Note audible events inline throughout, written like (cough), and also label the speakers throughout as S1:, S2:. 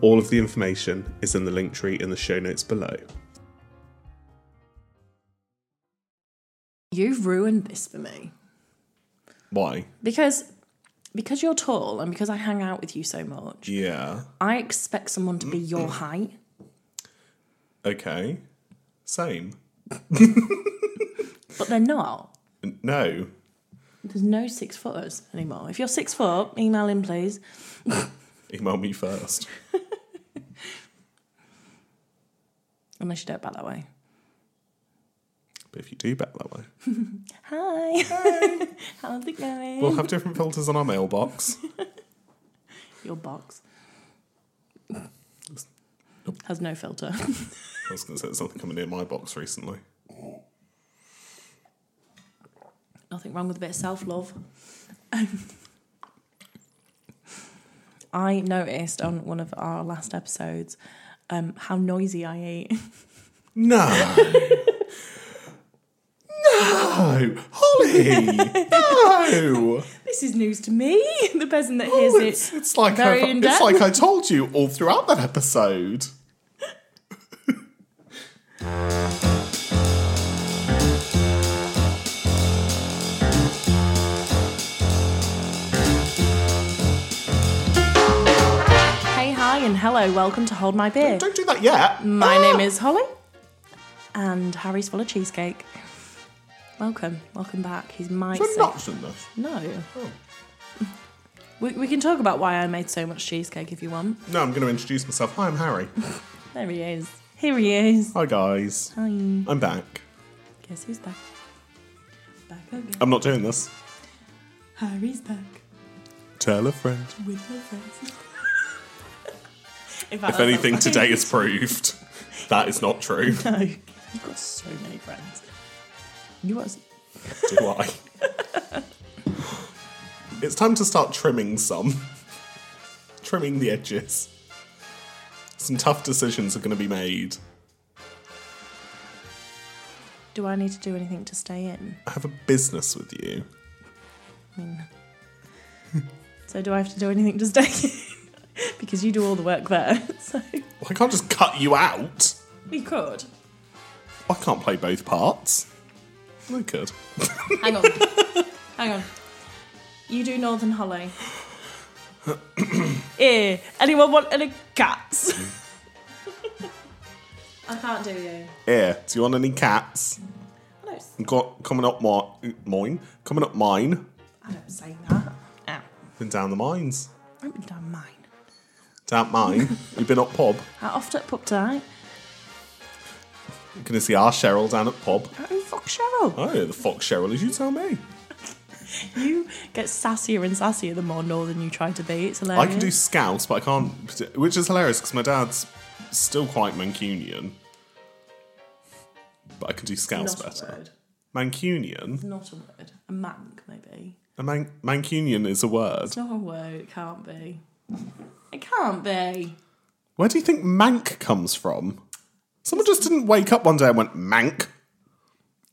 S1: All of the information is in the link tree in the show notes below.
S2: You've ruined this for me
S1: Why?
S2: because because you're tall and because I hang out with you so much.
S1: Yeah.
S2: I expect someone to be your height.
S1: Okay. Same.
S2: But they're not.
S1: N- No.
S2: There's no six footers anymore. If you're six foot, email in please.
S1: Email me first.
S2: Unless you do it back that way.
S1: But if you do bet that way,
S2: Hi. (laughs) How's it going?
S1: we'll have different filters on our mailbox.
S2: Your box has no filter.
S1: I was going to say there's something coming in my box recently.
S2: Nothing wrong with a bit of self love. (laughs) I noticed on one of our last episodes um, how noisy I eat. (laughs)
S1: No. no. Holly. No.
S2: This is news to me, (laughs) the person that hears
S1: It's,
S2: it.
S1: it's like
S2: Very
S1: I, it's
S2: in-depth.
S1: like I told you all throughout that episode.
S2: Hey, hi, and hello. Welcome to Hold My Beer.
S1: Don't do that yet.
S2: My name is Holly, and Harry's full of cheesecake. Welcome, welcome back. He's my
S1: We're
S2: safe-
S1: nuts in this.
S2: No.
S1: Oh.
S2: (laughs) We, we can talk about why I made so much cheesecake if you want.
S1: No, I'm going to introduce myself. Hi, I'm Harry.
S2: There he is. Here he is.
S1: Hi, guys.
S2: Hi.
S1: I'm back.
S2: Guess who's back? Back again.
S1: I'm not doing this.
S2: Harry's back
S1: Tell a friend.
S2: with
S1: (laughs)
S2: her friends. In fact,
S1: If
S2: that's
S1: anything,
S2: not
S1: today is proved that is not true.
S2: funny. (laughs) No. You've got so many friends. You are. s-
S1: Do I? it's time to start trimming some, trimming the edges. Some tough decisions are going to be made.
S2: Do I need to do anything to stay in?
S1: I have a business with you.
S2: I mean, so do I have to do anything to stay in? (laughs) because you do all the work there. (laughs) So
S1: I can't just cut you out.
S2: we could.
S1: I can't play both parts. I could.
S2: Hang (laughs) on. Hang on. You do
S1: (coughs)
S2: Northern Hollow. Eh. Anyone want any cats?
S1: Hmm.
S2: (laughs) I can't do you.
S1: Yeah. Do you want any cats?
S2: I don't,
S1: I've Got coming up mi- mine. Coming up mine.
S2: I don't say that. Ow.
S1: Been down the mines.
S2: I've been down mine.
S1: Down mine. We've been up pub.
S2: How often at pub tonight?
S1: You're gonna see our Cheryl down at pub.
S2: Oh, fuck Cheryl.
S1: I don't know the fuck Cheryl is. You tell me.
S2: You get sassier and sassier the more northern you try to be. It's hilarious.
S1: I can do Scouse, but I can't. Which is hilarious because my dad's still quite Mancunian. But I can do Scouse
S2: Not a
S1: better.
S2: word.
S1: Mancunian.
S2: Not a word. A mank, maybe.
S1: A man- Mancunian is a word.
S2: It's not a word. It can't be. It can't be.
S1: Where do you think Mank comes from? Someone just didn't wake up one day and went Mank.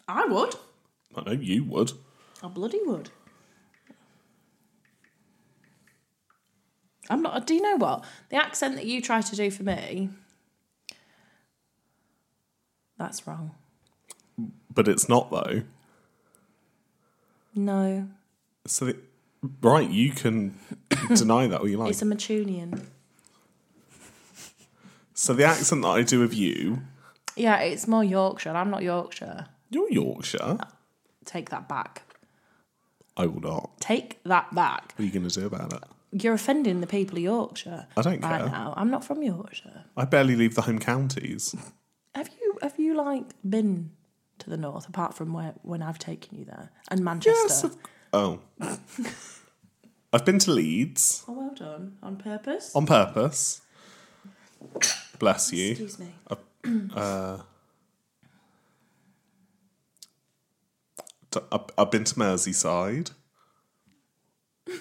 S2: I would.
S1: I know you would.
S2: I bloody would. I'm not. Do you know what the accent that you try to do for me? That's wrong.
S1: But it's not though.
S2: No,
S1: So, the, right, you can (coughs) deny that all you like.
S2: it's a Matunian.
S1: So the accent that I do of you,
S2: Yeah, it's more Yorkshire. and I'm not Yorkshire.
S1: you're Yorkshire.
S2: Take that back.
S1: I will not.
S2: Take that back.
S1: What are you going to do about it?
S2: you're offending the people of Yorkshire.
S1: I don't
S2: right
S1: care.
S2: now. I'm not from Yorkshire.
S1: I barely leave the home counties.
S2: Have you have you like been to the north apart from where when I've taken you there and Manchester?
S1: of- oh. (laughs) I've been to Leeds
S2: Oh, well done on purpose.
S1: on purpose. Bless Oh, you.
S2: Excuse me.
S1: D- I've- I've been to Merseyside. I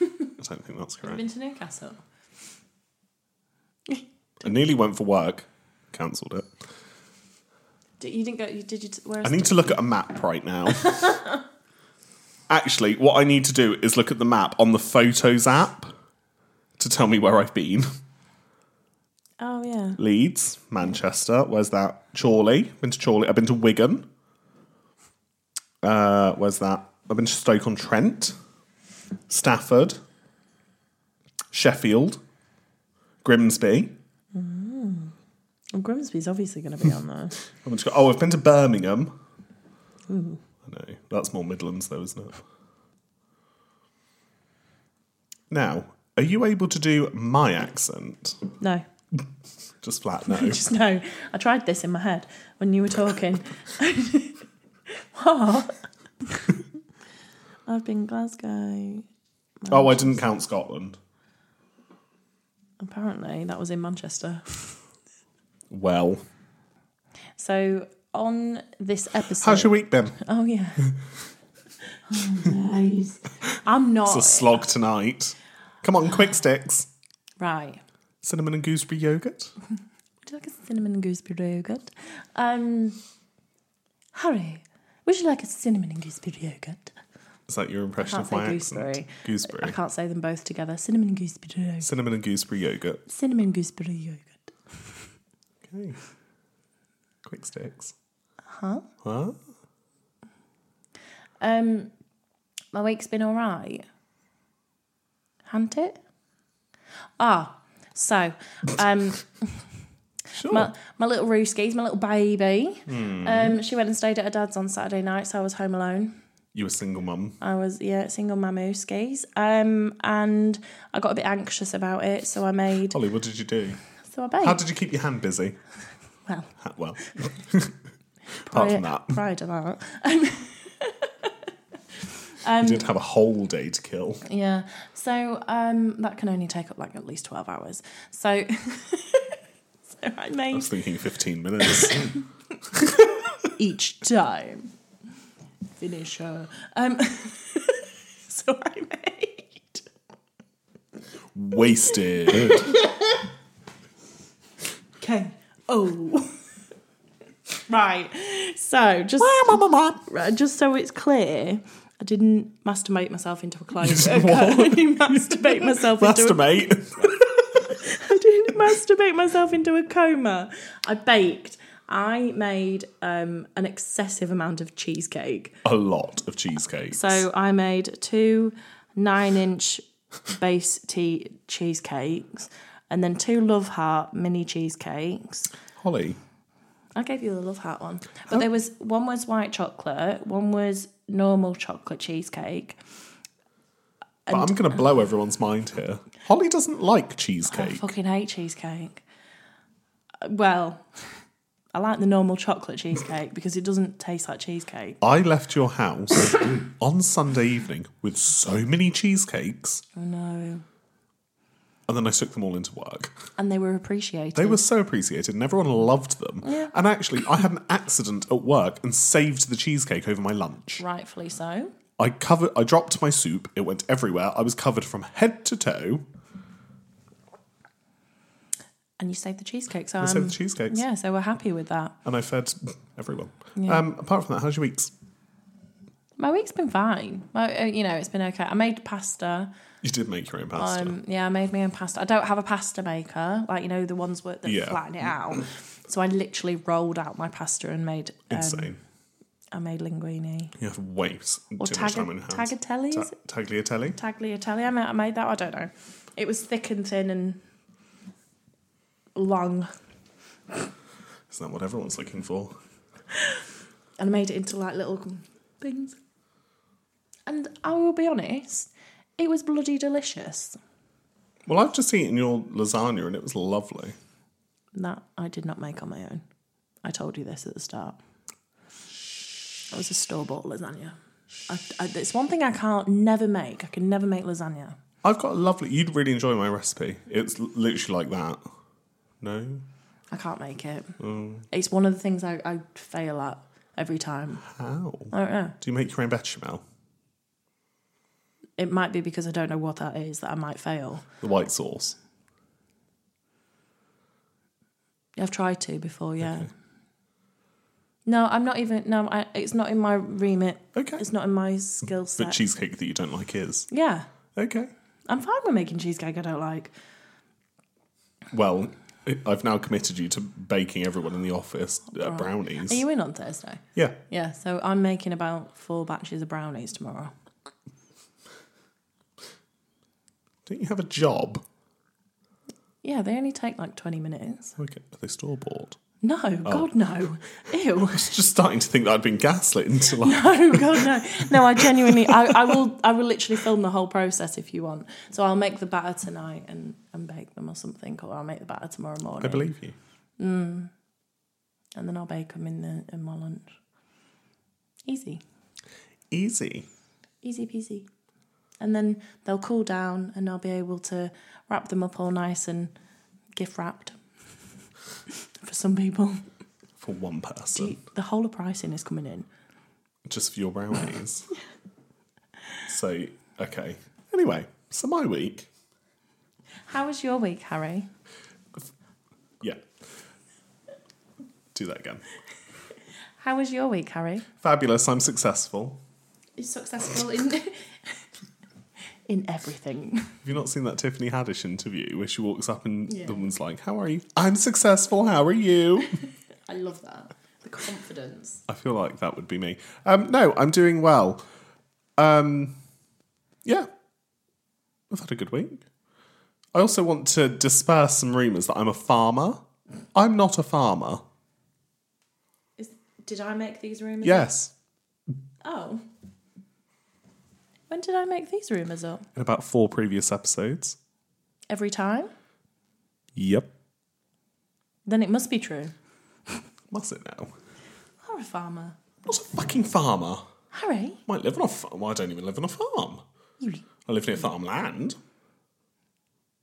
S1: don't think that's
S2: I've
S1: correct.
S2: been to Newcastle.
S1: I nearly went for work, cancelled it.
S2: Did, you didn't go. You, did you? t- Where
S1: I
S2: is
S1: need to look at a map right now. Actually, what I need to do is look at the map on the Photos app to tell me where I've been. (laughs)
S2: Oh yeah.
S1: Leeds, Manchester. Where's that? Chorley. Been to Chorley. I've been to Wigan. Uh, where's that? I've been to Stoke on Trent, Stafford, Sheffield, Grimsby.
S2: Well, Grimsby's obviously going to be
S1: (laughs)
S2: on there.
S1: I've been to, oh, I've been to Birmingham. I know that's more Midlands, though, isn't it? Now, are you able to do my accent?
S2: No,
S1: Just flat no.
S2: (laughs) just no. I tried this in my head when you were talking. (laughs) what? (laughs) I've been Glasgow.
S1: oh, I didn't count Scotland.
S2: Apparently, that was in Manchester.
S1: Well,
S2: So on this episode,
S1: how's your week been?
S2: oh (laughs) yeah, oh, nice. I'm not
S1: It's a slog tonight. Come on, quick sticks.
S2: right.
S1: Cinnamon and gooseberry yogurt.
S2: Would you like a cinnamon and gooseberry yogurt? Um, Harry, would you like a cinnamon and gooseberry yogurt?
S1: Is that your impression
S2: Can't
S1: of my
S2: say
S1: accent?
S2: gooseberry. I
S1: Gooseberry.
S2: can't say them both together. Cinnamon and gooseberry yogurt.
S1: Cinnamon and gooseberry yogurt.
S2: Cinnamon gooseberry yogurt.
S1: Okay. Quick sticks. Huh? Huh?
S2: Um, my week's been all right. Hant it? Ah, so um,
S1: (laughs) Sure.
S2: my, my little Rooskies, my little baby,
S1: Hmm.
S2: um, she went and stayed at her dad's on Saturday night, so I was home alone.
S1: you a single mum.
S2: I was yeah single mamu skis, um, and I got a bit anxious about it, so I made
S1: Holly, what did you do?
S2: so I baked.
S1: How did you keep your hand busy?
S2: well,
S1: Ha- Well, (laughs) apart from
S2: (laughs)
S1: that,
S2: prior to that, um,
S1: you did have a whole day to kill.
S2: yeah. So um, that can only take up like at least twelve hours. So, (laughs) so I
S1: I
S2: made
S1: was thinking 15
S2: (coughs)
S1: minutes.
S2: each time. Finisher. Um, (laughs) so I made
S1: Wasted.
S2: K O. Oh. right. So just Right, just so it's clear, I didn't masturbate myself into a cloak.
S1: didn't
S2: Okay, I didn't masturbate myself into. A,
S1: Masturbate.
S2: I didn't masturbate myself into a coma. I baked. I made um, an excessive amount of cheesecake.
S1: A lot of cheesecakes.
S2: So I made two nine-inch base tea cheesecakes, and then two love heart mini cheesecakes.
S1: Holly,
S2: I gave you the love heart one, but
S1: Oh.
S2: there was one was white chocolate, one was normal chocolate cheesecake.
S1: but I'm going to
S2: uh,
S1: blow everyone's mind here. Holly doesn't like cheesecake.
S2: I fucking hate cheesecake. Uh, Well, I like the normal chocolate cheesecake because it doesn't taste like cheesecake.
S1: I left your
S2: (coughs)
S1: house on Sunday evening with so many cheesecakes,
S2: Oh no.
S1: and then I took them all into work.
S2: And they were appreciated.
S1: They were so appreciated, and everyone loved them.
S2: Yeah.
S1: And actually, I had an accident at work and saved the cheesecake over my lunch.
S2: rightfully so.
S1: I covered. I dropped my soup. It went everywhere. I was covered from head to toe.
S2: And you saved the cheesecake, so
S1: I saved
S2: I'm,
S1: the cheesecakes,
S2: Um, yeah, so we're happy with that.
S1: and I fed everyone. Um, apart from that, how's your weeks?
S2: My week's been fine. My, uh, you know, it's been okay. I made pasta.
S1: You did make your own pasta.
S2: Um, yeah, I made my own pasta. I don't have a pasta maker, like you know the ones where they
S1: Yeah. Mm-hmm.
S2: flatten it out. So I literally rolled out my pasta and made. Um,
S1: Insane.
S2: I made linguine
S1: You have way s-
S2: or
S1: too
S2: tag-
S1: much time in your hands.
S2: tagliatelles.
S1: Ta- tagliatelle.
S2: tagliatelle. I made, I made that. I don't know. It was thick and thin and long,
S1: Is that what everyone's looking for?
S2: and I made it into like little things. And I will be honest, it was bloody delicious.
S1: Well, I've just eaten your lasagna and it was lovely.
S2: That I did not make on my own. I told you this at the start. That was a store bought lasagna. I, I, it's one thing I can't never make. I can never make lasagna.
S1: I've got a lovely. You'd really enjoy my recipe. It's l- literally like that. No,
S2: I can't make it. It's one of the things I, I fail at every time.
S1: how
S2: I don't know.
S1: do you make your own bechamel?
S2: It might be because I don't know what that is that I might fail.
S1: The white sauce.
S2: I've tried to before, yeah. No, I'm not even. No, I, it's not in my remit.
S1: Okay,
S2: It's not in my skill
S1: but
S2: set.
S1: cheesecake that you don't like is
S2: yeah,
S1: okay.
S2: I'm fine with making cheesecake I don't like.
S1: Well, I- I've now committed you to baking everyone in the office uh, brownies.
S2: Are you in on Thursday?
S1: yeah,
S2: Yeah, so I'm making about four batches of brownies tomorrow.
S1: don't you have a job?
S2: Yeah, they only take like 20 minutes.
S1: Okay, are they store bought? (laughs)
S2: No,
S1: Oh.
S2: God, no. Ew. (laughs)
S1: I was just starting to think that I'd been gaslit into like.
S2: Oh God, no, no! I genuinely, I, I will, I will literally film the whole process if you want. So I'll make the batter tonight and and bake them or something, or I'll make the batter tomorrow morning,
S1: I believe you.
S2: and then I'll bake them in the in my lunch. Easy,
S1: Easy.
S2: easy peasy, and then they'll cool down, and I'll be able to wrap them up all nice and gift wrapped. (laughs) For some people,
S1: For one
S2: Do
S1: person,
S2: you- the whole of pricing is coming in.
S1: just for your brownies. so, okay. Anyway, so my week.
S2: How was your week, Harry?
S1: Yeah. Do that again.
S2: How was your week, Harry?
S1: Fabulous. I'm successful.
S2: is successful in (laughs) in everything.
S1: Have you not seen that Tiffany Haddish interview where she walks up and
S2: Yeah.
S1: the woman's like, How are you? I'm successful. How are you?
S2: I love that. The confidence.
S1: I feel like that would be me. Um, no, I'm doing well. Um, yeah, I've had a good week. I also want to disperse some rumours that I'm a farmer. I'm not a farmer.
S2: Is, did I make these rumors?
S1: Yes,
S2: Oh. When did I make these rumors up?
S1: in about four previous episodes.
S2: Every time?
S1: Yep.
S2: Then it must be true.
S1: Must it now?
S2: Or a farmer.
S1: I'm not a fucking farmer.
S2: Harry,
S1: I might live on a farm. Well, I don't even live on a farm.
S2: you
S1: I live near farmland.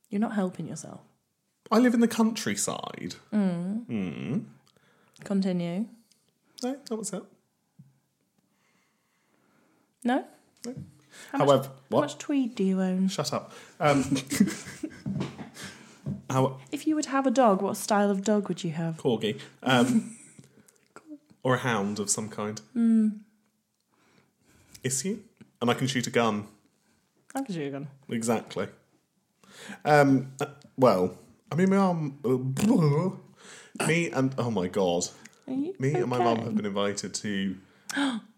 S2: you're not helping yourself.
S1: I live in the countryside.
S2: Mm. Continue.
S1: No, that was it.
S2: No? How much-
S1: However,
S2: How
S1: what?
S2: much tweed do you own?
S1: Shut up. Um, (laughs) how,
S2: If you would have a dog, what style of dog would you have?
S1: corgi, um, or a hound of some kind.
S2: Hmm.
S1: Issue, and I can shoot a gun.
S2: I could do a gun.
S1: Exactly. Um, uh, well, I mean, my mum, me and oh my god,
S2: Are you
S1: me and my mum
S2: okay?
S1: have been invited
S2: (gasps)
S1: to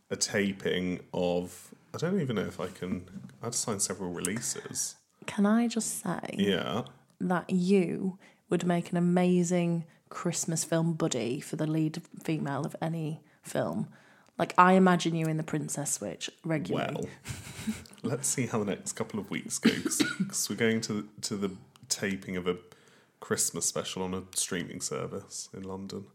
S1: a taping of. I don't even know if I can. I had to sign several releases.
S2: Can I just say?
S1: Yeah.
S2: that you would make an amazing Christmas film buddy for the lead female of any film. Like I imagine you in the Princess Switch regularly.
S1: Well, (laughs) let's see how the next couple of weeks goes because we're going to to the taping of a Christmas special on a streaming service in London.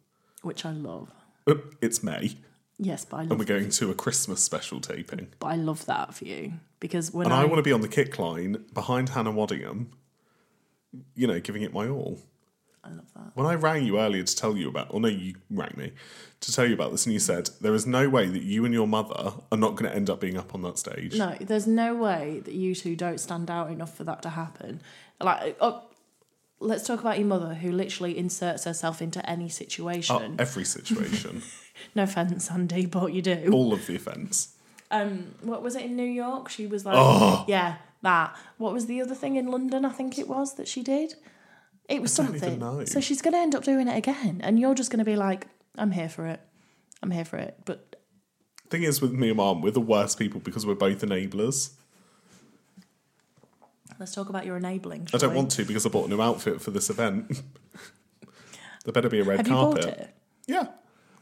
S2: which I love.
S1: Oop, It's May,
S2: Yes, but I
S1: and
S2: love,
S1: we're going to a Christmas special taping.
S2: but I love that for you because when
S1: And
S2: I,
S1: I want to be on the kick line behind Hannah Waddingham, you know, giving it my all.
S2: I love that.
S1: When I rang you earlier to tell you about, or no, you rang me to tell you about this, and you said there is no way that you and your mother are not going to end up being up on that stage.
S2: No, there's no way that you two don't stand out enough for that to happen. Like, oh, let's talk about your mother, who literally inserts herself into any
S1: Uh,
S2: situation.
S1: every situation,
S2: no offense, Andy, but you do.
S1: all of the offence.
S2: um what was it in New York? She was like
S1: Oh.
S2: Yeah, that. What was the other thing in London I think it was that she did? It was
S1: even
S2: something.
S1: know.
S2: So she's gonna end up doing it again and you're just gonna be like, I'm here for it. I'm here for it. But
S1: Thing is, with me and mom, we're the worst people because we're both enablers.
S2: let's talk about your enabling.
S1: I
S2: shall
S1: don't
S2: we?
S1: want to because I bought a new outfit for this event. (laughs) there better be a red
S2: Have you
S1: carpet.
S2: bought it?
S1: Yeah.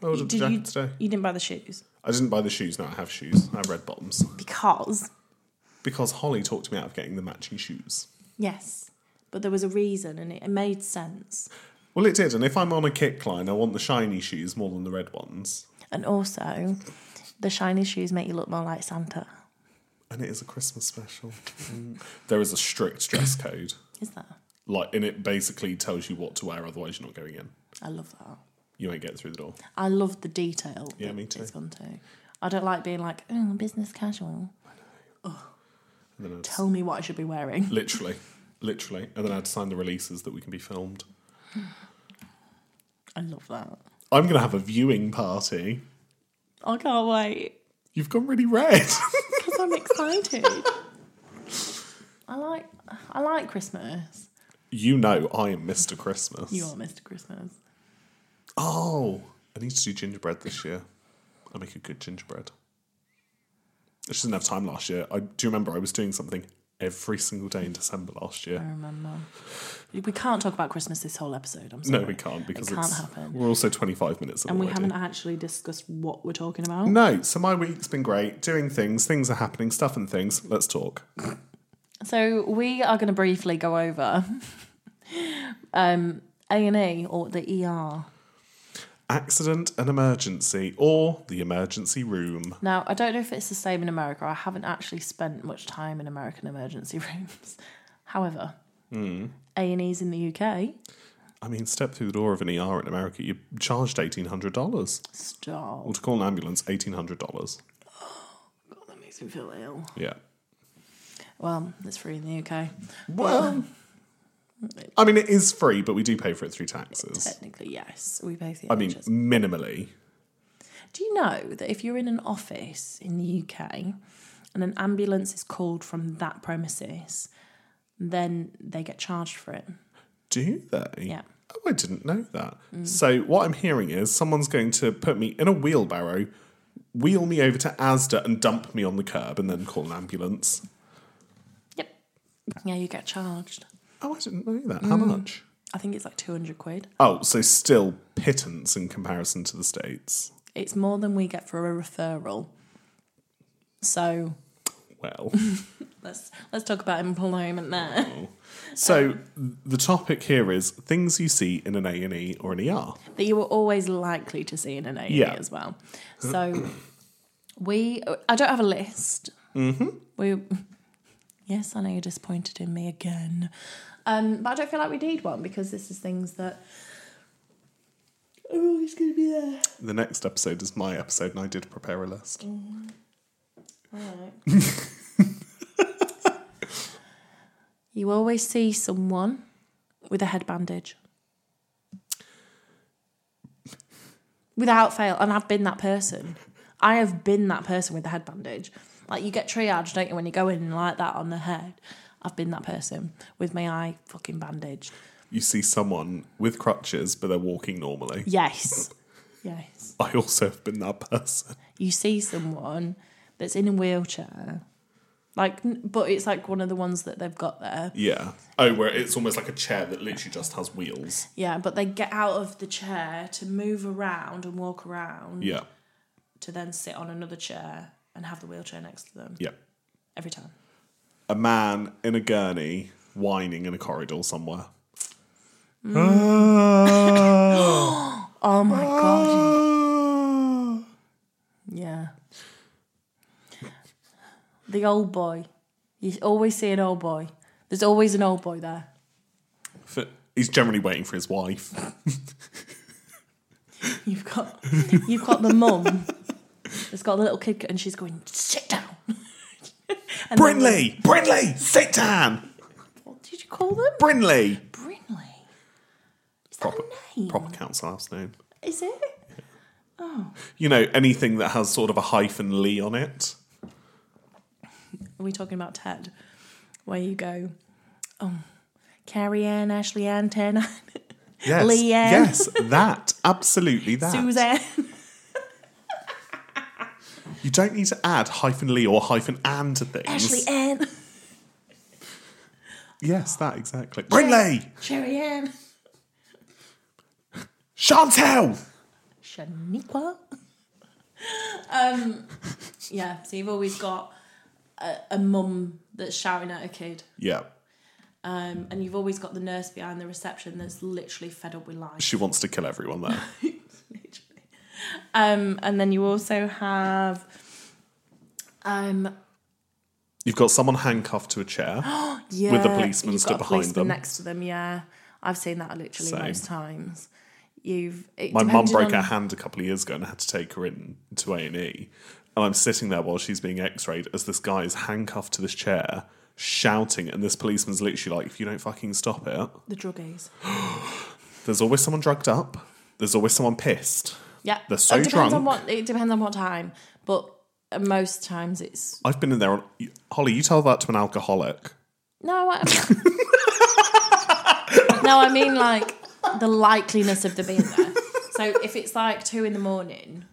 S1: I ordered the
S2: Did
S1: jacket
S2: you,
S1: today.
S2: you didn't buy the shoes.
S1: I didn't buy the shoes, now I have shoes. I have red bottoms.
S2: Because
S1: Because Holly talked me out of getting the matching shoes.
S2: yes. but there was a reason and it, it made sense.
S1: Well, it did. And if I'm on a kick line, I want the shiny shoes more than the red ones.
S2: And also, the shiny shoes make you look more like Santa.
S1: And it is a Christmas
S2: (laughs)
S1: special. Mm. there is a strict dress code.
S2: Is that?
S1: Like, and it basically tells you what to wear, otherwise, you're not going in.
S2: I love that.
S1: You won't get through the door.
S2: I love the detail.
S1: Yeah,
S2: that
S1: me too.
S2: It's gone to. I don't like being like, oh, business casual.
S1: And then I'd
S2: Tell me what I should be wearing. (laughs)
S1: literally, literally. And then I'd sign the releases that we can be filmed.
S2: I love that.
S1: I'm going to have a viewing party.
S2: I can't wait
S1: You've gone really red. (laughs)
S2: because I'm excited. I like I like Christmas.
S1: you know I am Mr. Christmas.
S2: You are Mr. Christmas.
S1: Oh, I need to do gingerbread this year. I make a good gingerbread. I just didn't have time last year. I do remember I was doing something every single day in December last
S2: I
S1: year.
S2: remember. We can't talk about Christmas this whole episode. I'm Oh, sorry.
S1: No, we can't because
S2: it can't
S1: it's,
S2: happen.
S1: we're also 25 minutes in
S2: And we
S1: already.
S2: haven't actually discussed what we're talking about.
S1: No, so my week's been great. Doing things, things are happening, stuff and things. Let's talk.
S2: So we are going to briefly go over (laughs) um, A&E or the ER.
S1: Accident and emergency or the emergency room.
S2: Now, I don't know if it's the same in America. I haven't actually spent much time in American emergency (laughs) rooms. However,
S1: Hmm.
S2: A&Es in the UK,
S1: I mean, step through the door of an ER in America, you're charged $1,800.
S2: stop.
S1: Or to call an ambulance, $1,800.
S2: God, that makes me feel ill.
S1: Yeah.
S2: Well, it's free in the UK.
S1: Well, I mean, it is free, but we do pay for it through taxes.
S2: Technically, yes. We pay the
S1: I mean,
S2: NHS.
S1: minimally.
S2: Do you know that if you're in an office in the UK and an ambulance is called from that premises, then they get charged for it?
S1: Do they?
S2: Yeah.
S1: Oh, I didn't know that. So, what I'm hearing is someone's going to put me in a wheelbarrow, wheel me over to Asda, and dump me on the curb, and then call an ambulance.
S2: Yep. Yeah, you get charged.
S1: Oh, I didn't know that. How much?
S2: I think it's like 200 quid.
S1: Oh, so still pittance in comparison to the States.
S2: It's more than we get for a referral. So
S1: Well.
S2: let's let's talk about employment there.
S1: So the topic here is things you see in an A and E or an ER.
S2: that you were always likely to see in an A&E
S1: Yeah.
S2: as well. So we, I don't have a list. Mm-hmm. We, yes, I know you're disappointed in me again, um, but I don't feel like we need one because this is things that. Oh, it's gonna be there.
S1: The next episode is my episode, and I did prepare a list.
S2: All right. you always see someone with a head bandage. Without fail, and I've been that person. I have been that person with the head bandage. Like you get triage, don't you, when you go in like that on the head. I've been that person with my eye fucking bandaged.
S1: You see someone with crutches, but they're walking normally.
S2: Yes. yes.
S1: I also have been that person.
S2: you see someone that's in a wheelchair, like, n- but it's like one of the ones that they've got there.
S1: Yeah. Oh, where it's almost like a chair that literally just has wheels.
S2: Yeah, but they get out of the chair to move around and walk around
S1: Yeah.
S2: to then sit on another chair and have the wheelchair next to them
S1: Yeah.
S2: every time.
S1: A man in a gurney whining in a corridor somewhere. (laughs) Ah.
S2: Oh my god.
S1: (laughs) Ah.
S2: Yeah. The old boy. You always see an old boy. There's always an old boy there. (laughs)
S1: F- He's generally waiting for his wife.
S2: You've got you've got the mum that's got the little kid and she's going, sit down. (laughs) And then-
S1: Brinley! Brinley! Sit down!
S2: What did you call them?
S1: Brinley!
S2: Brinley. Is that
S1: Proper,
S2: a name?
S1: proper council house name.
S2: Is it?
S1: You know, anything that has sort of a hyphen Lee on it.
S2: Are we talking about Ted? Where you go, oh, Carrie Ann, Ashley Ann, Ten, (laughs)
S1: Yes.
S2: Leanne.
S1: Yes, that. Absolutely that.
S2: Suzanne.
S1: You don't need to add hyphen Lee or hyphen Ann to things. (laughs)
S2: Ashley eh. Ann.
S1: Yes, that exactly. Brinley!
S2: Sherry Ann.
S1: Chantel!
S2: Shaniqua. Um, yeah, so you've always got a, a mum that's shouting at a kid.
S1: Yeah.
S2: Um, and you've always got the nurse behind the reception that's literally fed up with life.
S1: She wants to kill everyone there.
S2: literally. Um, and then you also have um,
S1: You've got someone handcuffed to a chair.
S2: yeah,
S1: the policeman
S2: you've
S1: stood
S2: got a
S1: behind
S2: policeman
S1: them.
S2: next to them. Yeah, I've seen that literally
S1: Same.
S2: most times. You've it
S1: My mum
S2: depended
S1: broke
S2: on-
S1: her hand a couple of years ago and I had to take her in to A and E. And I'm sitting there while she's being X-rayed as this guy is handcuffed to this chair, shouting, and this policeman's literally like, "If you don't fucking stop it,
S2: the druggies.
S1: there's always someone drugged up. There's always someone pissed."
S2: Yeah,
S1: They're so
S2: it depends on
S1: drunk.
S2: what it depends on what time, but uh, most times it's
S1: I've been in there. On, Holly, you tell that to an alcoholic.
S2: no.
S1: (laughs)
S2: I, no, I mean like the likeliness of the being there. So if it's like two in the morning,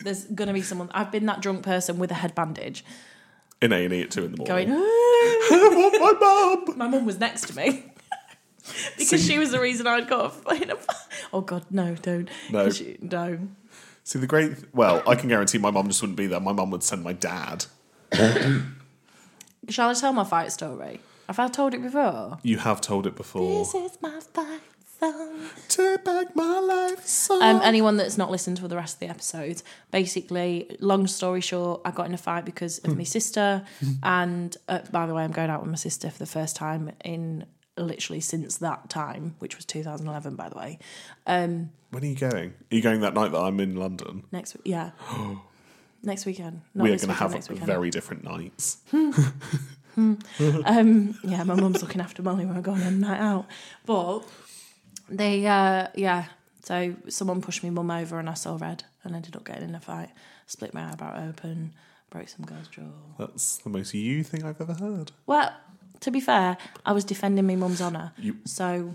S2: there's gonna be someone. I've been that drunk person with a head bandage
S1: in A and E at two in the morning.
S2: going.
S1: I want (laughs) my mum.
S2: my mum was next to me (laughs) because she was the reason I'd got a fight in a Oh God, no, don't.
S1: No.
S2: 'Cause she- no.
S1: See the great. Well, I can guarantee my mum just wouldn't be there. My mum would send my dad.
S2: Shall I tell my fight story? Have I told it before?
S1: You have told it before.
S2: This is my fight song.
S1: Take back my life. Song.
S2: Um, anyone that's not listened to the rest of the episodes, basically, long story short, I got in a fight because of my sister.
S1: Hmm.
S2: And uh, by the way, I'm going out with my sister for the first time in literally since that time, which was 2011, by the way. Um,
S1: when are you going? Are you going that night that I'm in London?
S2: next week,
S1: (gasps)
S2: yeah. next weekend. Not
S1: we are
S2: this
S1: going to have
S2: weekend, next weekend.
S1: very different nights.
S2: Um, yeah, my mum's looking after Molly when I go on a night out. But they, uh, yeah. So someone pushed me mum over and I saw red and ended up getting in a fight. Split my eyebrow open, broke some girl's jaw.
S1: That's the most you thing I've ever heard.
S2: Well, to be fair, I was defending my mum's honour.
S1: You-
S2: So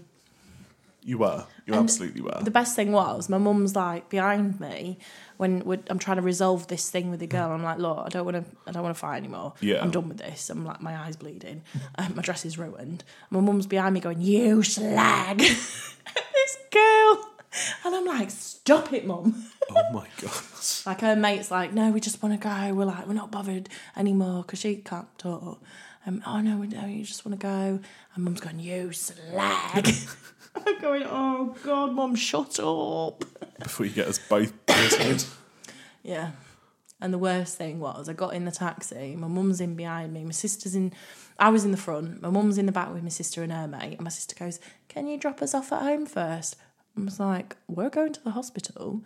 S1: You were. You absolutely were.
S2: the best thing was my mum's like behind me when we'd- I'm trying to resolve this thing with the girl. I'm like, look, I don't want to, I don't want to fight anymore.
S1: Yeah.
S2: I'm done with this. I'm like, my eyes bleeding, um, my dress is ruined. My mum's behind me going, you slag, (laughs) this girl, and I'm like, stop it, mum.
S1: oh my god. (laughs)
S2: Like her mate's like, no, we just want to go. We're like, we're not bothered anymore because she can't talk. Um, oh no, we don't. You just want to go. And mum's going, you slag. (laughs) I'm going, oh god, mum, shut up.
S1: Before you get us both booted.
S2: Yeah. And the worst thing was, I got in the taxi. My mum's in behind me. My sister's in. I was in the front. My mum's in the back with my sister and her mate. And my sister goes, "Can you drop us off at home first? I was like, "We're going to the hospital."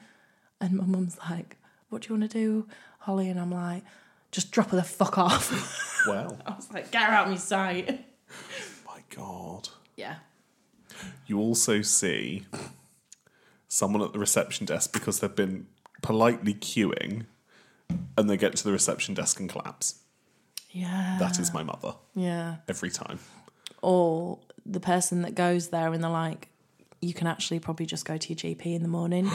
S2: And my mum's like, "What do you want to do, Holly?" And I'm like, "Just drop her the fuck off." (laughs)
S1: wow.
S2: I was like, "Get her out of my sight."
S1: My god.
S2: Yeah.
S1: You also see someone at the reception desk because they've been politely queuing and they get to the reception desk and collapse.
S2: Yeah.
S1: That is my mother
S2: Yeah.
S1: every time.
S2: or the person that goes there and they're like, you can actually probably just go to your GP in
S1: (gasps)
S2: the morning.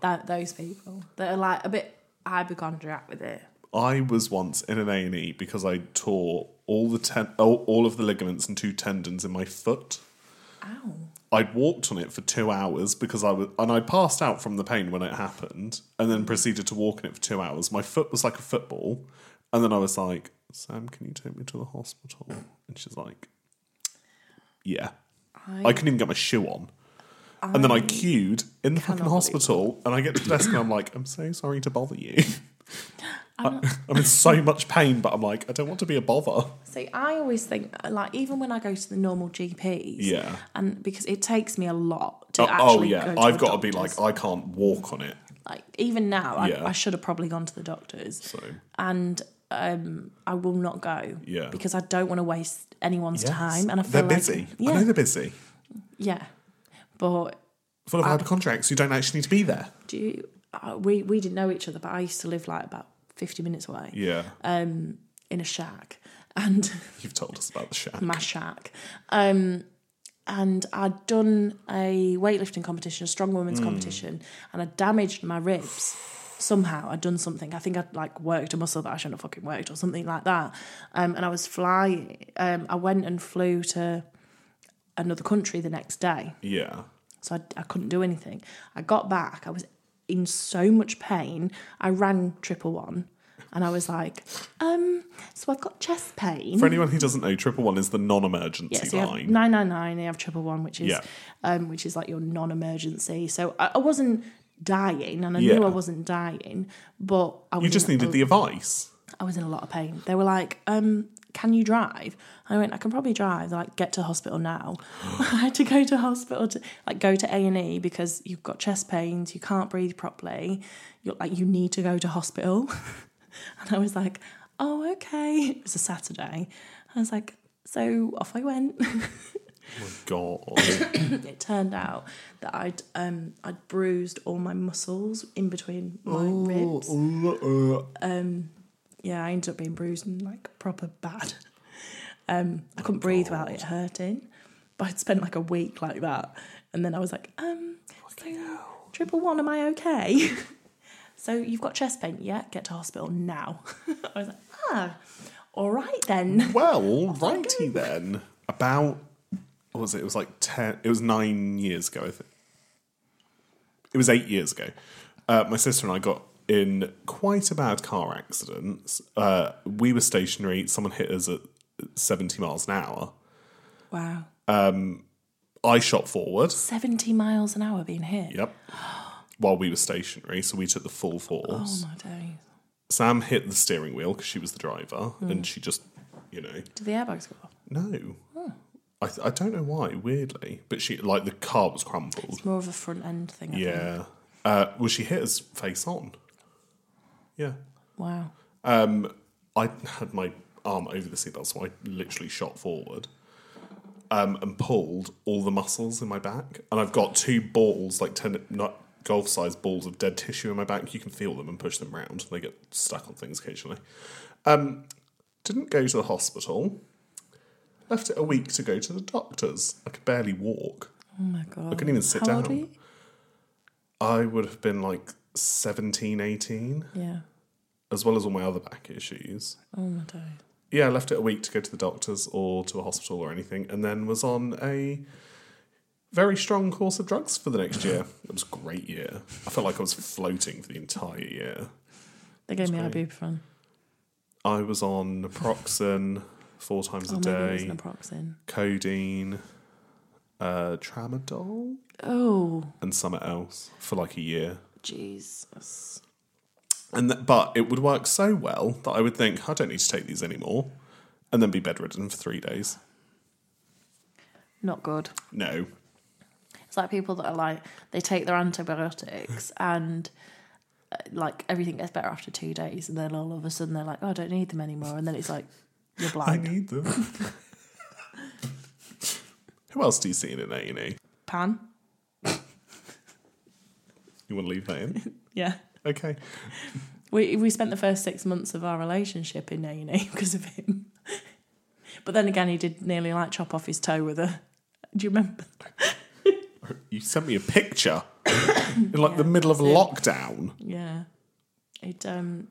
S2: that those people that are like a bit hypochondriac with it.
S1: I was once in an A&E because I tore all the ten- all, all of the ligaments and two tendons in my foot.
S2: Ow.
S1: I'd walked on it for two hours because I was, and I passed out from the pain when it happened, and then proceeded to walk on it for two hours. My foot was like a football, and then I was like, "Sam, can you take me to the hospital?" And she's like, "Yeah." I, couldn't even get my shoe on, and then I queued in the fucking
S2: believe
S1: hospital, and I get to the desk, and I'm like, "I'm so sorry to bother
S2: (laughs)
S1: you." I, (laughs) I'm in so much pain, but I'm like, I don't want to be a bother.
S2: See, I always think like even when I go to the normal GPs,
S1: Yeah.
S2: and because it takes me a lot to
S1: Uh,
S2: actually.
S1: oh yeah,
S2: go to
S1: I've
S2: a
S1: got to be
S2: doctor's.
S1: like, I can't walk on it.
S2: like even now, I,
S1: Yeah.
S2: I should have probably gone to the doctors.
S1: So
S2: and um, I will not go.
S1: Yeah.
S2: Because I don't want to waste anyone's
S1: Yes.
S2: time, and I feel
S1: they're
S2: like,
S1: busy.
S2: Yeah,
S1: I know they're busy.
S2: yeah. But
S1: Full of hard contracts. You don't actually need to be there.
S2: do you, uh, we we didn't know each other, but I used to live like about fifty minutes away
S1: Yeah,
S2: um, in a shack, (laughs) and
S1: Uh, you've told us about the shack.
S2: my shack, um, and I'd done a weightlifting competition, a strong women's competition, and I damaged my ribs. Somehow I'd done something. I think I'd like worked a muscle that I shouldn't have fucking worked or something like that. Um, and I was flying. Um, I went and flew to another country the next day.
S1: Yeah,
S2: So I, I couldn't do anything. I got back. I was in so much pain. I rang triple one and I was like, um, so I've got chest pain.
S1: For anyone who doesn't know, triple one is the non-emergency
S2: yeah, so you
S1: line.
S2: have 999 you have triple one which is
S1: Yeah.
S2: um, which is like your non-emergency so I, I wasn't dying and I
S1: Yeah.
S2: knew I wasn't dying but I was
S1: you just
S2: in,
S1: needed the advice.
S2: I was in a lot of pain they were like um can you drive I went I can probably drive They're like get to hospital now (laughs) I had to go to hospital to like go to A&E because you've got chest pains you can't breathe properly you're like you need to go to hospital (laughs) and I was like oh okay it was a Saturday I was like so off I went (laughs)
S1: God,
S2: it turned out that I'd um I'd bruised all my muscles in between my ribs. Yeah, I ended up being bruised and like proper bad. Um, I couldn't breathe without it hurting. But I'd spent like a week like that, and then I was like, um, so, triple one, am I okay? (laughs) so you've got chest pain, yeah? Get to hospital now. (laughs) I was like, ah, all right then.
S1: well, righty then. About what was it? It was like ten. It was nine years ago. I think it was eight years ago. Uh, my sister and I got in quite a bad car accident. Uh, we were stationary. Someone hit us at seventy miles an hour.
S2: Wow,
S1: I shot forward.
S2: seventy miles an hour being hit. (gasps)
S1: Yep. While we were stationary, so we took the full force.
S2: Oh my days!
S1: Sam hit the steering wheel because she was the driver,
S2: Hmm.
S1: and she just, you know,
S2: Did the airbags go off?
S1: no. I, th- I don't know why, weirdly, but she like the car was crumpled.
S2: More of a front end thing. I think.
S1: Yeah. Uh, well, she hit us face on. Yeah.
S2: Wow.
S1: I had my arm over the seatbelt, so I literally shot forward um, and pulled all the muscles in my back. And I've got two balls, like ten not golf sized balls of dead tissue in my back. You can feel them and push them round. They get stuck on things occasionally. Um, didn't go to the hospital. Left it a week to go to the doctors. I could barely walk.
S2: Oh my god.
S1: I couldn't even sit
S2: How
S1: down.
S2: Old were you?
S1: I would have been like 17, 18,
S2: Yeah.
S1: as well as all my other back issues.
S2: Oh my god.
S1: yeah, I left it a week to go to the doctors or to a hospital or anything, and then was on a very strong course of drugs for the next year. It was a great year. I felt like I was floating for the entire year.
S2: They gave me
S1: great.
S2: ibuprofen.
S1: I was on naproxen four times
S2: Oh,
S1: a
S2: maybe it
S1: day,
S2: was naproxen.
S1: codeine, uh, tramadol,
S2: Oh,
S1: and something else for like a year.
S2: Jesus.
S1: And th- but it would work so well that I would think I don't need to take these anymore, and then be bedridden for three days.
S2: Not good.
S1: No,
S2: It's like people that are like, they take their (laughs) antibiotics and uh, like everything gets better after two days, and then all of a sudden they're like, oh, I don't need them anymore. And then it's like, you're
S1: I
S2: blind.
S1: need them. (laughs) Who else do you see in an E? A&E?
S2: Pan?
S1: You want to leave that in?
S2: Yeah.
S1: Okay.
S2: We, we spent the first six months of our relationship in (laughs) A&E because of him. But then again, he did nearly like chop off his toe with a. Do you remember?
S1: You sent me a picture in like the
S2: Yeah,
S1: middle of
S2: that's it.
S1: lockdown.
S2: Yeah. It um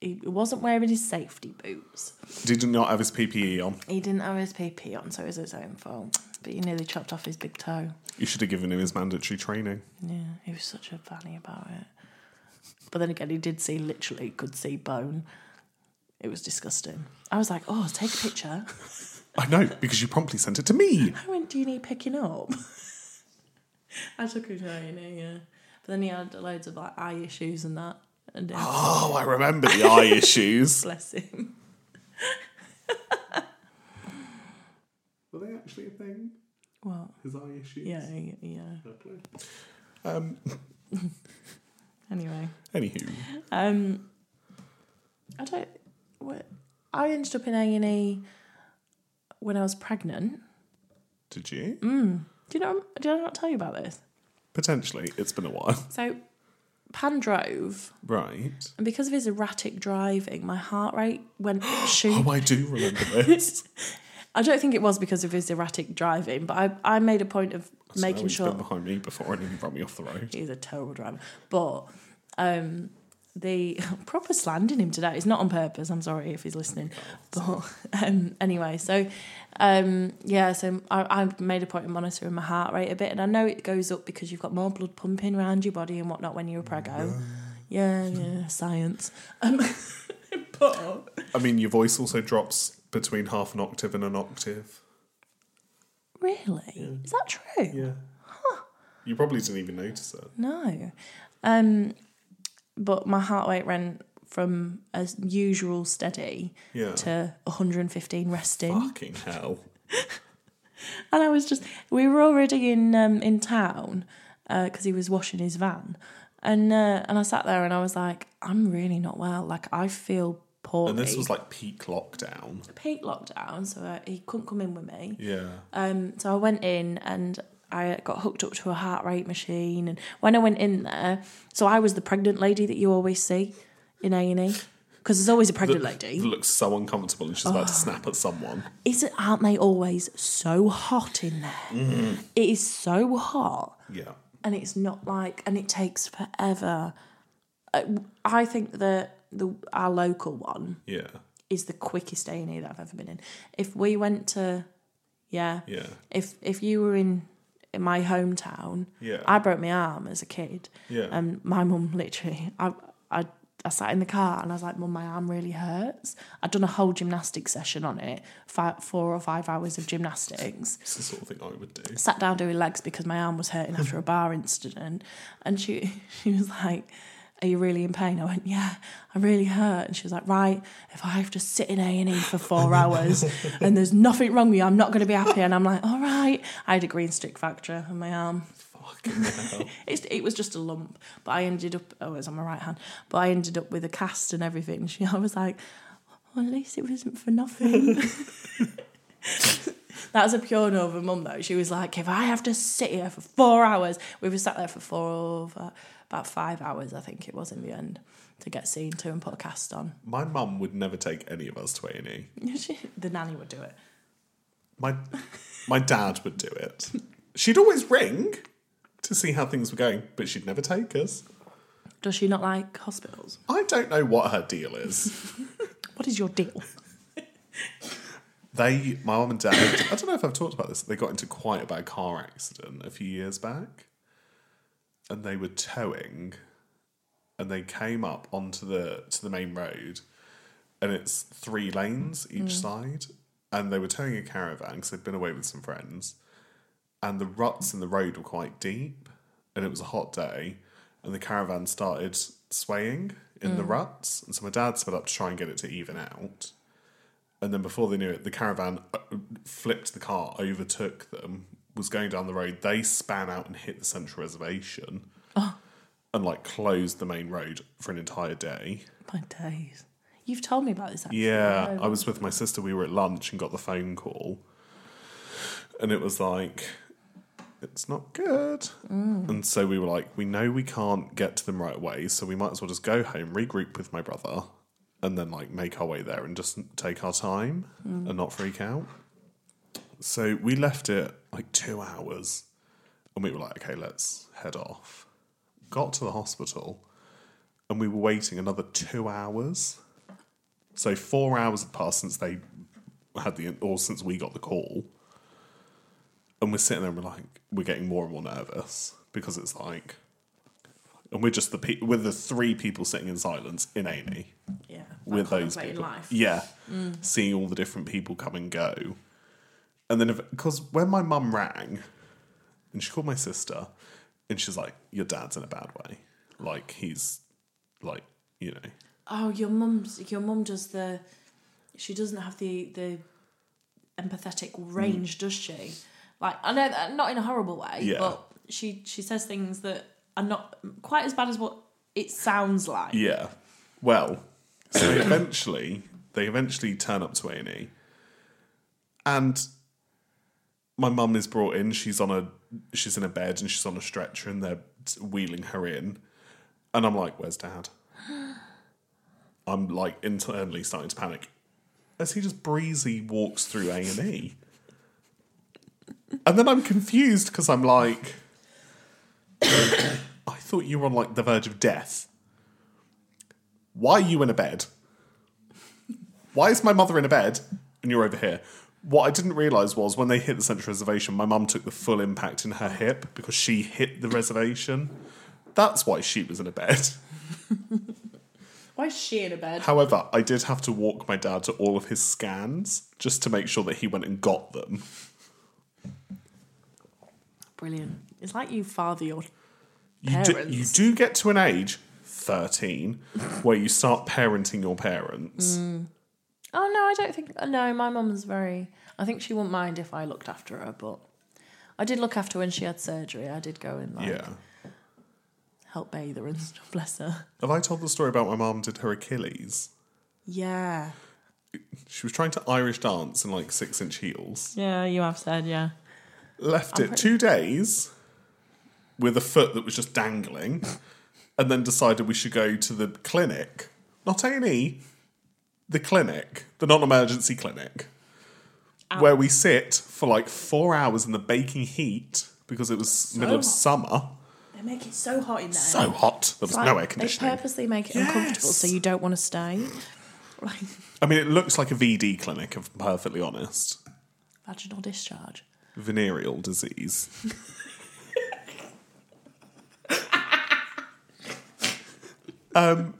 S2: he wasn't wearing his safety boots.
S1: Did not have his PPE on.
S2: He didn't have his PP on, so it was his own fault. But he nearly chopped off his big toe.
S1: You should have given him his mandatory training.
S2: Yeah, he was such a fanny about it. But then again, he did see literally could see bone. It was disgusting. I was like, "Oh, take a picture."
S1: I know because you promptly sent it to me.
S2: I went, "Do you need picking up?" (laughs) I took him to A&E, yeah. But then he had loads of like eye issues and that, and uh,
S1: Oh, I remember the eye issues.
S2: (laughs) bless him.
S1: Were they actually a thing?
S2: What?
S1: His eye issues?
S2: Yeah, yeah.
S1: Um,
S2: Anyway.
S1: anywho,
S2: Um, I don't. What, I ended up in A and E when I was pregnant.
S1: did you?
S2: Mm. Do you know? Did I not tell you about this?
S1: Potentially. It's been a while. (laughs)
S2: So, Pan drove,
S1: Right.
S2: and because of his erratic driving, my heart rate went (gasps) shoot. (laughs)
S1: Oh, I do remember this.
S2: I don't think it was because of his erratic driving, but I I made a point of making
S1: He's
S2: sure
S1: been behind me before and he brought me off the road.
S2: He's a terrible driver. But um, the (laughs) proper slandering him today. It's not on purpose. I'm sorry if he's listening. But um, anyway, so um, yeah, so I, I made a point of monitoring my heart rate a bit, and I know it goes up because you've got more blood pumping around your body and whatnot when you're a preggo. Yeah, yeah, science. Um, (laughs) up.
S1: I mean, your voice also drops between half an octave and an octave.
S2: Really? Is that true?
S1: Yeah. You probably didn't even notice that.
S2: No. Um, but my heart rate went from a usual steady
S1: Yeah.
S2: to 115 resting.
S1: Fucking hell.
S2: And I was just, we were already in um, in town because he was washing his van, and uh, and I sat there and I was like, I'm really not well. Like I feel poorly.
S1: And this was like peak lockdown.
S2: peak lockdown, so uh, he couldn't come in with me.
S1: Yeah.
S2: Um, so I went in and I got hooked up to a heart rate machine. And when I went in there, so I was the pregnant lady that you always see in A and E because there's always a pregnant lady.
S1: Looks so uncomfortable and she's about to snap at someone.
S2: Is it? Aren't they always so hot in there? It is so hot.
S1: Yeah.
S2: and it's not like and it takes forever I- i think that the our local one
S1: Yeah.
S2: is the quickest a and e that i've ever been in if we went to yeah
S1: Yeah.
S2: if if you were in in my hometown
S1: Yeah.
S2: i broke my arm as a kid
S1: Yeah.
S2: and Um, my mum literally i i I sat in the car and I was like, "Mum, my arm really hurts." I'd done a whole gymnastics session on it, five, four or five hours of gymnastics,
S1: It's the sort of thing I would do.
S2: sat down doing legs because my arm was hurting after a bar incident and she (laughs) she was like are you really in pain? I went, yeah, I really hurt. And she was like, right, if I have to sit in A&E for four hours and there's nothing wrong with you, I'm not going to be happy. And I'm like, all right. I had a green stick fracture on my arm.
S1: Fucking hell.
S2: It's, it was just a lump, but I ended up, oh, it was on my right hand, but I ended up with a cast and everything. (laughs) She, I was like, well, at least it wasn't for (laughs) nothing. that was a pure no of a mum, though. She was like, if I have to sit here for four hours, we were sat there for four, over, about five hours, I think it was in the end, to get seen to and put a cast on. (laughs)
S1: My mum would never take any of us to A&E.
S2: the nanny would do it.
S1: My, my dad would do it. She'd always ring to see how things were going, but she'd never take us.
S2: Does she not like hospitals?
S1: I don't know what her deal is.
S2: What is your deal?
S1: They, my mum and dad, I don't know if I've talked about this, they got into quite a bad car accident a few years back. And they were towing and they came up onto the to the main road and it's three lanes each side. And they were towing a caravan because they'd been away with some friends. And the ruts in the road were quite deep and it was a hot day. And the caravan started swaying in the ruts. And so my dad sped up to try and get it to even out and then before they knew it, the caravan uh, flipped the car, overtook them, was going down the road. They span out and hit the central reservation, and like closed the main road for an entire day.
S2: My days. You've told me about this, actually.
S1: Yeah, I was with my sister. We were at lunch and got the phone call, and it was like, it's not good. And so we were like, we know we can't get to them right away, so we might as well just go home, regroup with my brother, and then like make our way there and just take our time and not freak out. So we left it like two hours, and we were like, okay, let's head off. Got to the hospital, and we were waiting another two hours. So four hours had passed since they had the or since we got the call, and we're sitting there. and We're like, we're getting more and more nervous because it's like, and we're just the pe- we're the three people sitting in silence in A and E
S2: Yeah.
S1: with
S2: Like
S1: those
S2: contemplating
S1: people.
S2: life.
S1: Yeah, seeing all the different people come and go, and then because when my mum rang, and she called my sister, and she's like, "Your dad's in a bad way. Like he's, like you know,
S2: Oh, your mum's your mum does the she doesn't have the the empathetic
S1: Mm.
S2: range, does she? Like I know that not in a horrible way,
S1: Yeah.
S2: but she she says things that are not quite as bad as what it sounds like.
S1: Yeah. Well, so they eventually they eventually turn up to A and E, and my mum is brought in. She's on a she's in a bed and she's on a stretcher, and they're wheeling her in. And I'm like, "Where's Dad?" (gasps) I'm like internally starting to panic as he just breezy walks through A and E, and then I'm confused because I'm like. (coughs) I thought you were on like the verge of death. Why are you in a bed? Why is my mother in a bed and you're over here? What I didn't realise was when they hit the central reservation, my mum took the full impact in her hip because she hit the reservation. That's why she was in a bed.
S2: Why is she in a
S1: (laughs)
S2: bed?
S1: However, I did have to walk my dad to all of his scans just to make sure that he went and got them.
S2: Brilliant. It's like you father your.
S1: You do,
S2: Parents.
S1: you do get to an age, 13, where you start parenting your parents.
S2: Oh no, I don't think. oh, No, my mum's very. I think she wouldn't mind if I looked after her, but I did look after her when she had surgery. I did go and like
S1: Yeah.
S2: help bathe her and (laughs) stuff. Bless her.
S1: Have I told the story about my mum did her Achilles?
S2: Yeah.
S1: She was trying to Irish dance in like six inch heels.
S2: Yeah, you have said yeah.
S1: Left it two days with a foot that was just dangling, and then decided we should go to the clinic. Not A&E, the clinic, the non emergency clinic, where we sit for like four hours in the baking heat because it was middle of
S2: hot.
S1: summer.
S2: They make it so hot in there.
S1: So hot. There was no air
S2: They
S1: conditioning.
S2: purposely make it uncomfortable so
S1: Yes.
S2: you don't want to stay. Like
S1: I mean, it looks like a VD clinic, if I'm perfectly honest.
S2: vaginal discharge.
S1: venereal disease. (laughs) um,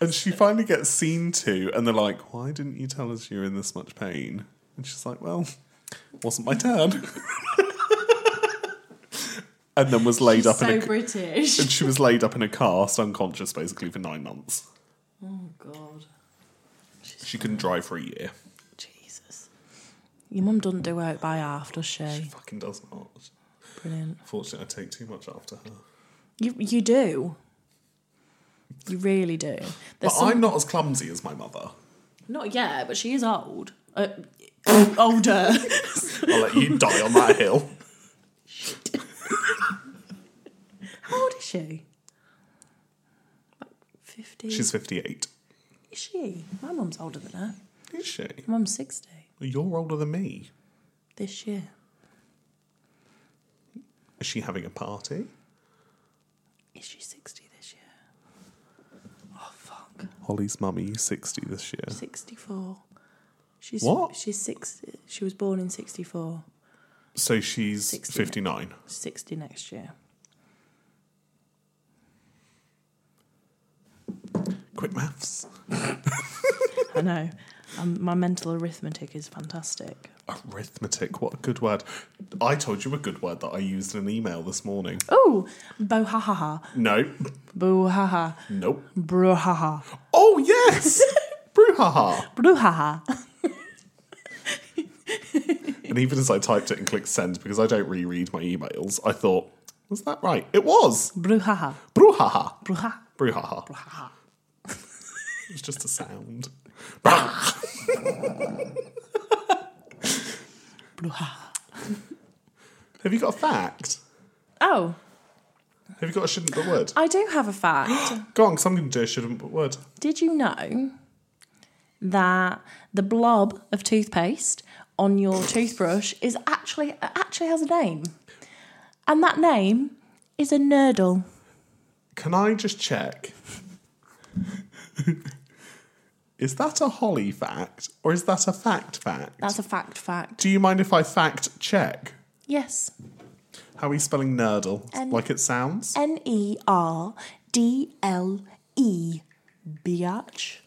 S1: and she finally gets seen to, and they're like, "Why didn't you tell us you were in this much pain?" And she's like, "Well, wasn't my turn." (laughs) and then was laid up in a (laughs)
S2: British.
S1: and she was laid up in a cast, unconscious, basically for nine months.
S2: Oh God,
S1: She couldn't drive for a year.
S2: Jesus! Your mum doesn't do out by half, does she?
S1: Fucking does not.
S2: Brilliant.
S1: Fortunately, I take too much after her.
S2: You you do. You really do.
S1: But
S2: There's some,
S1: I'm not as clumsy as my mother.
S2: not yet, but she is old. Uh, (laughs) older. (laughs)
S1: I'll let (laughs) you die on that hill.
S2: How old is she? Like Fifty.
S1: She's 58.
S2: is she? My mum's older than her.
S1: Is she?
S2: My mum's sixty
S1: You're older than me.
S2: this year.
S1: Is she having a party?
S2: Is she sixty this year? Oh fuck.
S1: Holly's mummy, 60 this year.
S2: 64. She's
S1: What?
S2: She's six. She was born in 64.
S1: So she's
S2: 60.
S1: 59.
S2: 60 next year.
S1: Quick maths.
S2: I know. Um, my mental arithmetic is fantastic.
S1: Arithmetic, what a good word. I told you a good word that I used in an email this morning.
S2: Oh, bo ha ha ha,
S1: No,
S2: boo ha ha,
S1: nope.
S2: bro ha ha,
S1: Oh, (laughs) yes! Brouhaha.
S2: bro ha ha.
S1: And even as I typed it and clicked send, because I don't reread my emails, I thought, was that right? It was!
S2: Bro ha ha,
S1: Brouhaha.
S2: bro ha.
S1: Brouhaha.
S2: ha.
S1: It's just a sound. Have you got a fact?
S2: Oh,
S1: Have you got a shouldn't but would?
S2: I do have a fact.
S1: Go on, 'cause I'm going to do a shouldn't but would.
S2: Did you know that the blob of toothpaste on your toothbrush is actually actually has a name, and that name is a nurdle.
S1: Can I just check? is that a Holly fact or is that a fact fact?
S2: That's a fact. Fact.
S1: Do you mind if I fact check?
S2: Yes.
S1: How are you spelling nerdle?
S2: N-
S1: like it sounds?
S2: N e r d l e, biatch.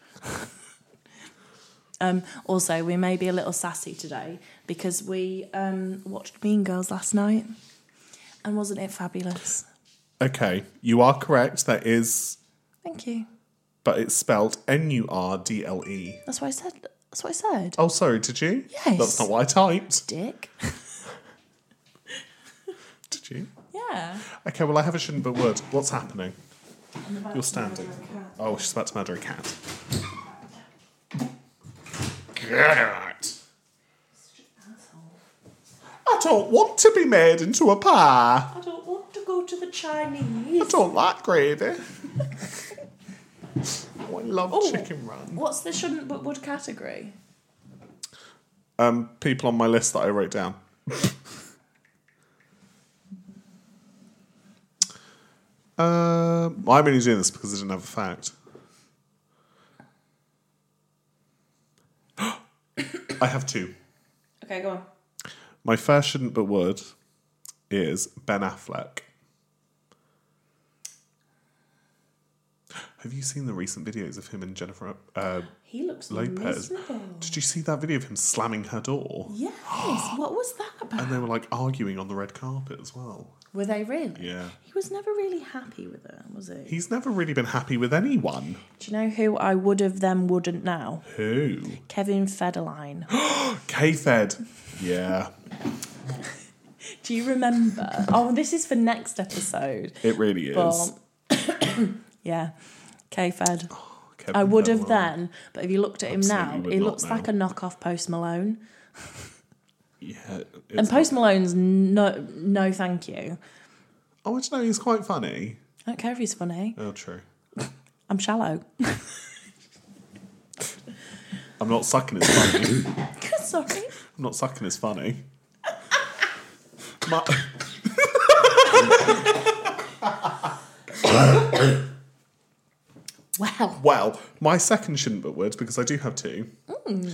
S2: (laughs) um. Also, we may be a little sassy today because we um watched Mean Girls last night, and wasn't it fabulous?
S1: okay, you are correct. That is,
S2: Thank you.
S1: but it's spelled N U R D L E.
S2: That's what I said. That's what I said.
S1: Oh, sorry, did you?
S2: Yes.
S1: That's not what I typed.
S2: Dick.
S1: Did you?
S2: (laughs) Yeah.
S1: Okay, well, I have a shouldn't but would. What's happening? You're standing. Oh, she's about to murder a cat. Cat. I don't want to be made into a pie.
S2: I don't want to go to the
S1: I
S2: Chinese.
S1: don't like gravy. (laughs) oh, I love
S2: Oh.
S1: chicken run.
S2: What's the shouldn't but would category?
S1: Um, people on my list that I wrote down. (laughs) Um, I'm only doing this because I didn't have a fact. (gasps) I have two.
S2: Okay, go on.
S1: My first shouldn't but would is Ben Affleck. Have you seen the recent videos of him and Jennifer uh,
S2: He looks
S1: Lopez? (gasps)
S2: miserable.
S1: Did you see that video of him slamming her door?
S2: Yes. what was that about?
S1: And they were like arguing on the red carpet as well.
S2: Were they really?
S1: Yeah.
S2: He was never really happy with her, was he?
S1: He's never really been happy with anyone.
S2: Do you know who I would have then wouldn't now?
S1: Who?
S2: Kevin Federline. (gasps)
S1: K Fed. Yeah,
S2: Do you remember?
S1: (laughs)
S2: oh, this is for next episode.
S1: it really is.
S2: Well, (coughs) yeah, K Fed.
S1: Kevin
S2: I would have
S1: Federline.
S2: then, but if you looked at him
S1: Absolutely
S2: now,
S1: would
S2: he
S1: not
S2: looks
S1: now.
S2: like a knockoff Post Malone.
S1: Yeah.
S2: And
S1: it's-
S2: Post Malone's no, no, thank you.
S1: oh, I don't know. He's quite funny.
S2: I don't care if he's funny.
S1: Oh, true.
S2: I'm shallow. (laughs)
S1: I'm not sucking his funny.
S2: Sorry.
S1: I'm not sucking his funny. My-
S2: Well,
S1: well, my second shouldn't but would because I do have two.
S2: Hmm.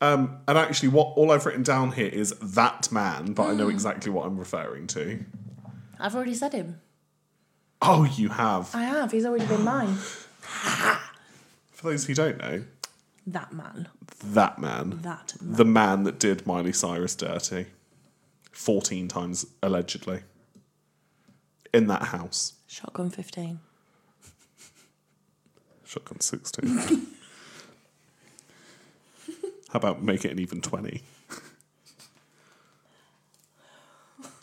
S1: Um, and actually, what all I've written down here is that man, but I
S2: Hmm.
S1: know exactly what I'm referring to.
S2: I've already said him.
S1: Oh, you have.
S2: I have. He's already been mine.
S1: For those who don't know,
S2: That man.
S1: that man,
S2: That man.
S1: the man that did Miley Cyrus dirty, fourteen times allegedly, in that house.
S2: Shotgun 15.
S1: Shotgun 16. How about make it an even 20?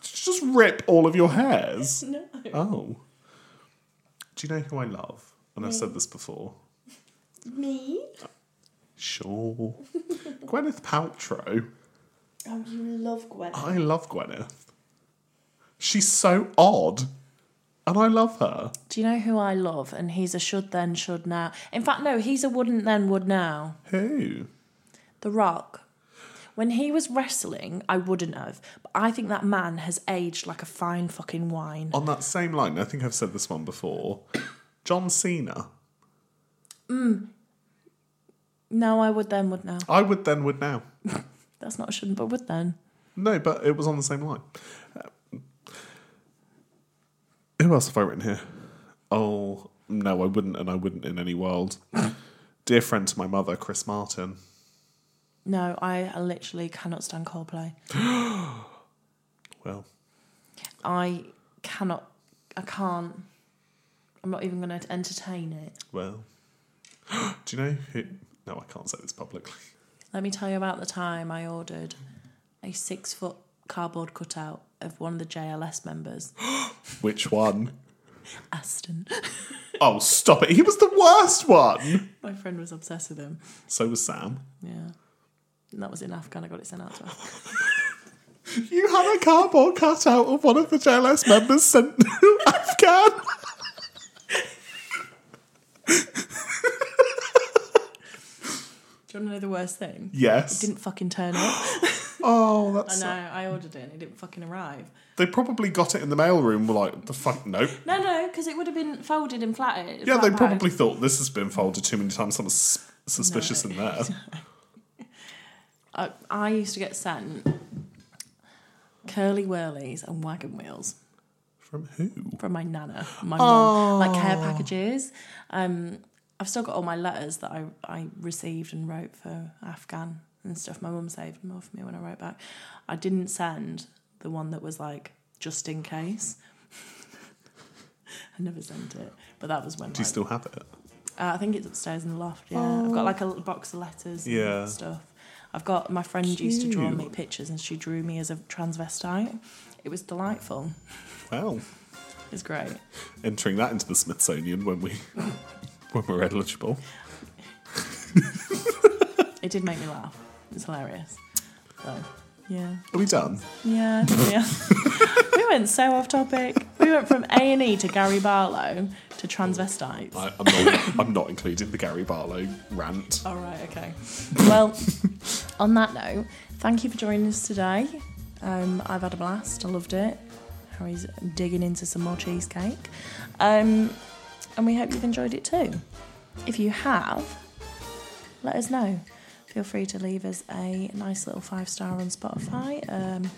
S1: Just rip all of your hairs.
S2: No.
S1: Oh. Do you know who I love? And I've said this before.
S2: Me?
S1: Sure. (laughs) Gwyneth Paltrow.
S2: Oh, you love Gwen.
S1: I love Gwyneth. She's so odd. And I love her.
S2: Do you know who I love? And he's a should then, should now. In fact, no, he's a wouldn't then, would now.
S1: Who?
S2: The Rock. When he was wrestling, I wouldn't have. But I think that man has aged like a fine fucking wine.
S1: On that same line, I think I've said this one before. John Cena.
S2: No, I would then, would now.
S1: I would then would now.
S2: That's not a shouldn't, but would then.
S1: No, but it was on the same line. Um, Who else have I written here? Oh, no, I wouldn't, and I wouldn't in any world. Dear friend to my mother, Chris Martin.
S2: No, I literally cannot stand Coldplay.
S1: Well,
S2: I cannot. I can't. I'm not even going to entertain it.
S1: well. (gasps) Do you know who? No, I can't say this publicly.
S2: Let me tell you about the time I ordered a six foot cardboard cutout of one of the JLS members,
S1: Which one?
S2: Aston. (laughs)
S1: Oh, stop it. He was the worst one.
S2: My friend was obsessed with him.
S1: So was Sam.
S2: Yeah. And that was in Afghan. I got it sent out to her.
S1: You had a cardboard cutout of one of the JLS members sent (laughs) to Afghan.
S2: Do you want to know the worst thing? It
S1: Yes.
S2: didn't fucking turn
S1: (gasps)
S2: up.
S1: Oh,
S2: I
S1: that's.
S2: know. I ordered it and it didn't fucking arrive.
S1: They probably got it in the mailroom. Were like, the fuck, nope.
S2: No, no, because it would have been folded and flatted.
S1: Yeah, they
S2: flat packed.
S1: probably thought this has been folded too many times. Something s- suspicious in there.
S2: I, I used to get sent curly whirlies and wagon wheels.
S1: (laughs) From who?
S2: from my nana, my mum, like
S1: Oh.
S2: care packages. Um, I've still got all my letters that I, I received and wrote for Afghan and stuff. My mum saved them all for me when I wrote back. I didn't send the one that was like just in case. (laughs) I never sent it, but that was when
S1: Do you
S2: like,
S1: still have it?
S2: uh, I think it's upstairs in the loft. Yeah, I've got like a little box of letters.
S1: Yeah.
S2: and stuff. I've got my friend used to draw me
S1: Cute.
S2: pictures, and she drew me as a transvestite. It was delightful.
S1: Well,
S2: It's great.
S1: entering that into the Smithsonian when we (laughs) when we're eligible.
S2: It did make me laugh. It's hilarious. So, yeah.
S1: Are we done?
S2: Yeah, (laughs) yeah. we went so off topic. We went from A and E to Gary Barlow to transvestites.
S1: I, I'm not. (laughs) I'm not including the Gary Barlow rant.
S2: All right,
S1: (laughs)
S2: okay. Well, on that note, thank you for joining us today. Um, I've had a blast. I loved it. Harry's digging into some more cheesecake, um, and we hope you've enjoyed it too. If you have, let us know. Feel free to leave us a nice little five star on Spotify um,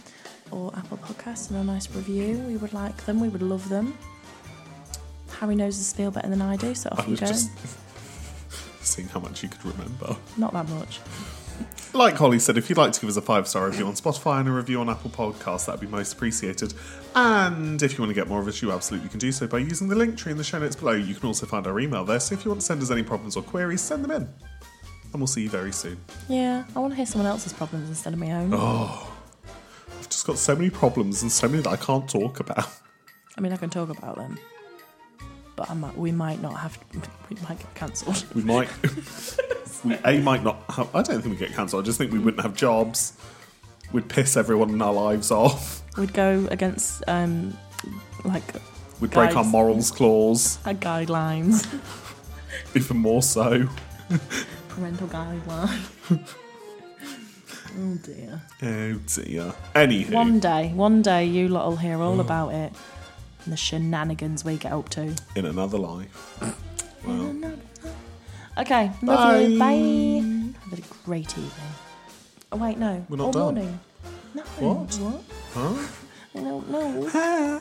S2: or Apple Podcasts and a nice review. We would like them. We would love them. Harry knows the spiel better than I do, so off
S1: I
S2: you
S1: was
S2: go.
S1: just seeing how much you could remember.
S2: Not that much.
S1: Like Holly said, if you'd like to give us a five star review on Spotify and a review on Apple Podcasts, that'd be most appreciated. And if you want to get more of us, you absolutely can do so by using the link tree in the show notes below. You can also find our email there, so if you want to send us any problems or queries, send them in. And we'll see you very soon.
S2: Yeah, I want to hear someone else's problems instead of my own.
S1: I've just got so many problems and so many that I can't talk about.
S2: I mean, I can talk about them, but I might, we might not have. We might get cancelled. (laughs)
S1: We might. (laughs) we A, might not have. I don't think we get cancelled. I just think we wouldn't have jobs. We'd piss everyone in our lives off.
S2: We'd go against um, like
S1: We'd break our
S2: Guys.
S1: morals clause,
S2: our guidelines,
S1: even more so.
S2: (laughs) parental guidelines. (laughs) oh dear.
S1: Oh dear. Anywho.
S2: One day, one day, you lot will hear all about it and the shenanigans we get up to.
S1: in another life. Well,
S2: Okay, love you.
S1: Bye.
S2: Bye. Have a great evening. Oh wait, no.
S1: We're not
S2: or
S1: done.
S2: morning. No.
S1: What?
S2: What? (laughs)
S1: huh?
S2: I don't know.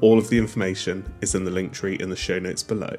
S1: All of the information is in the link tree in the show notes below.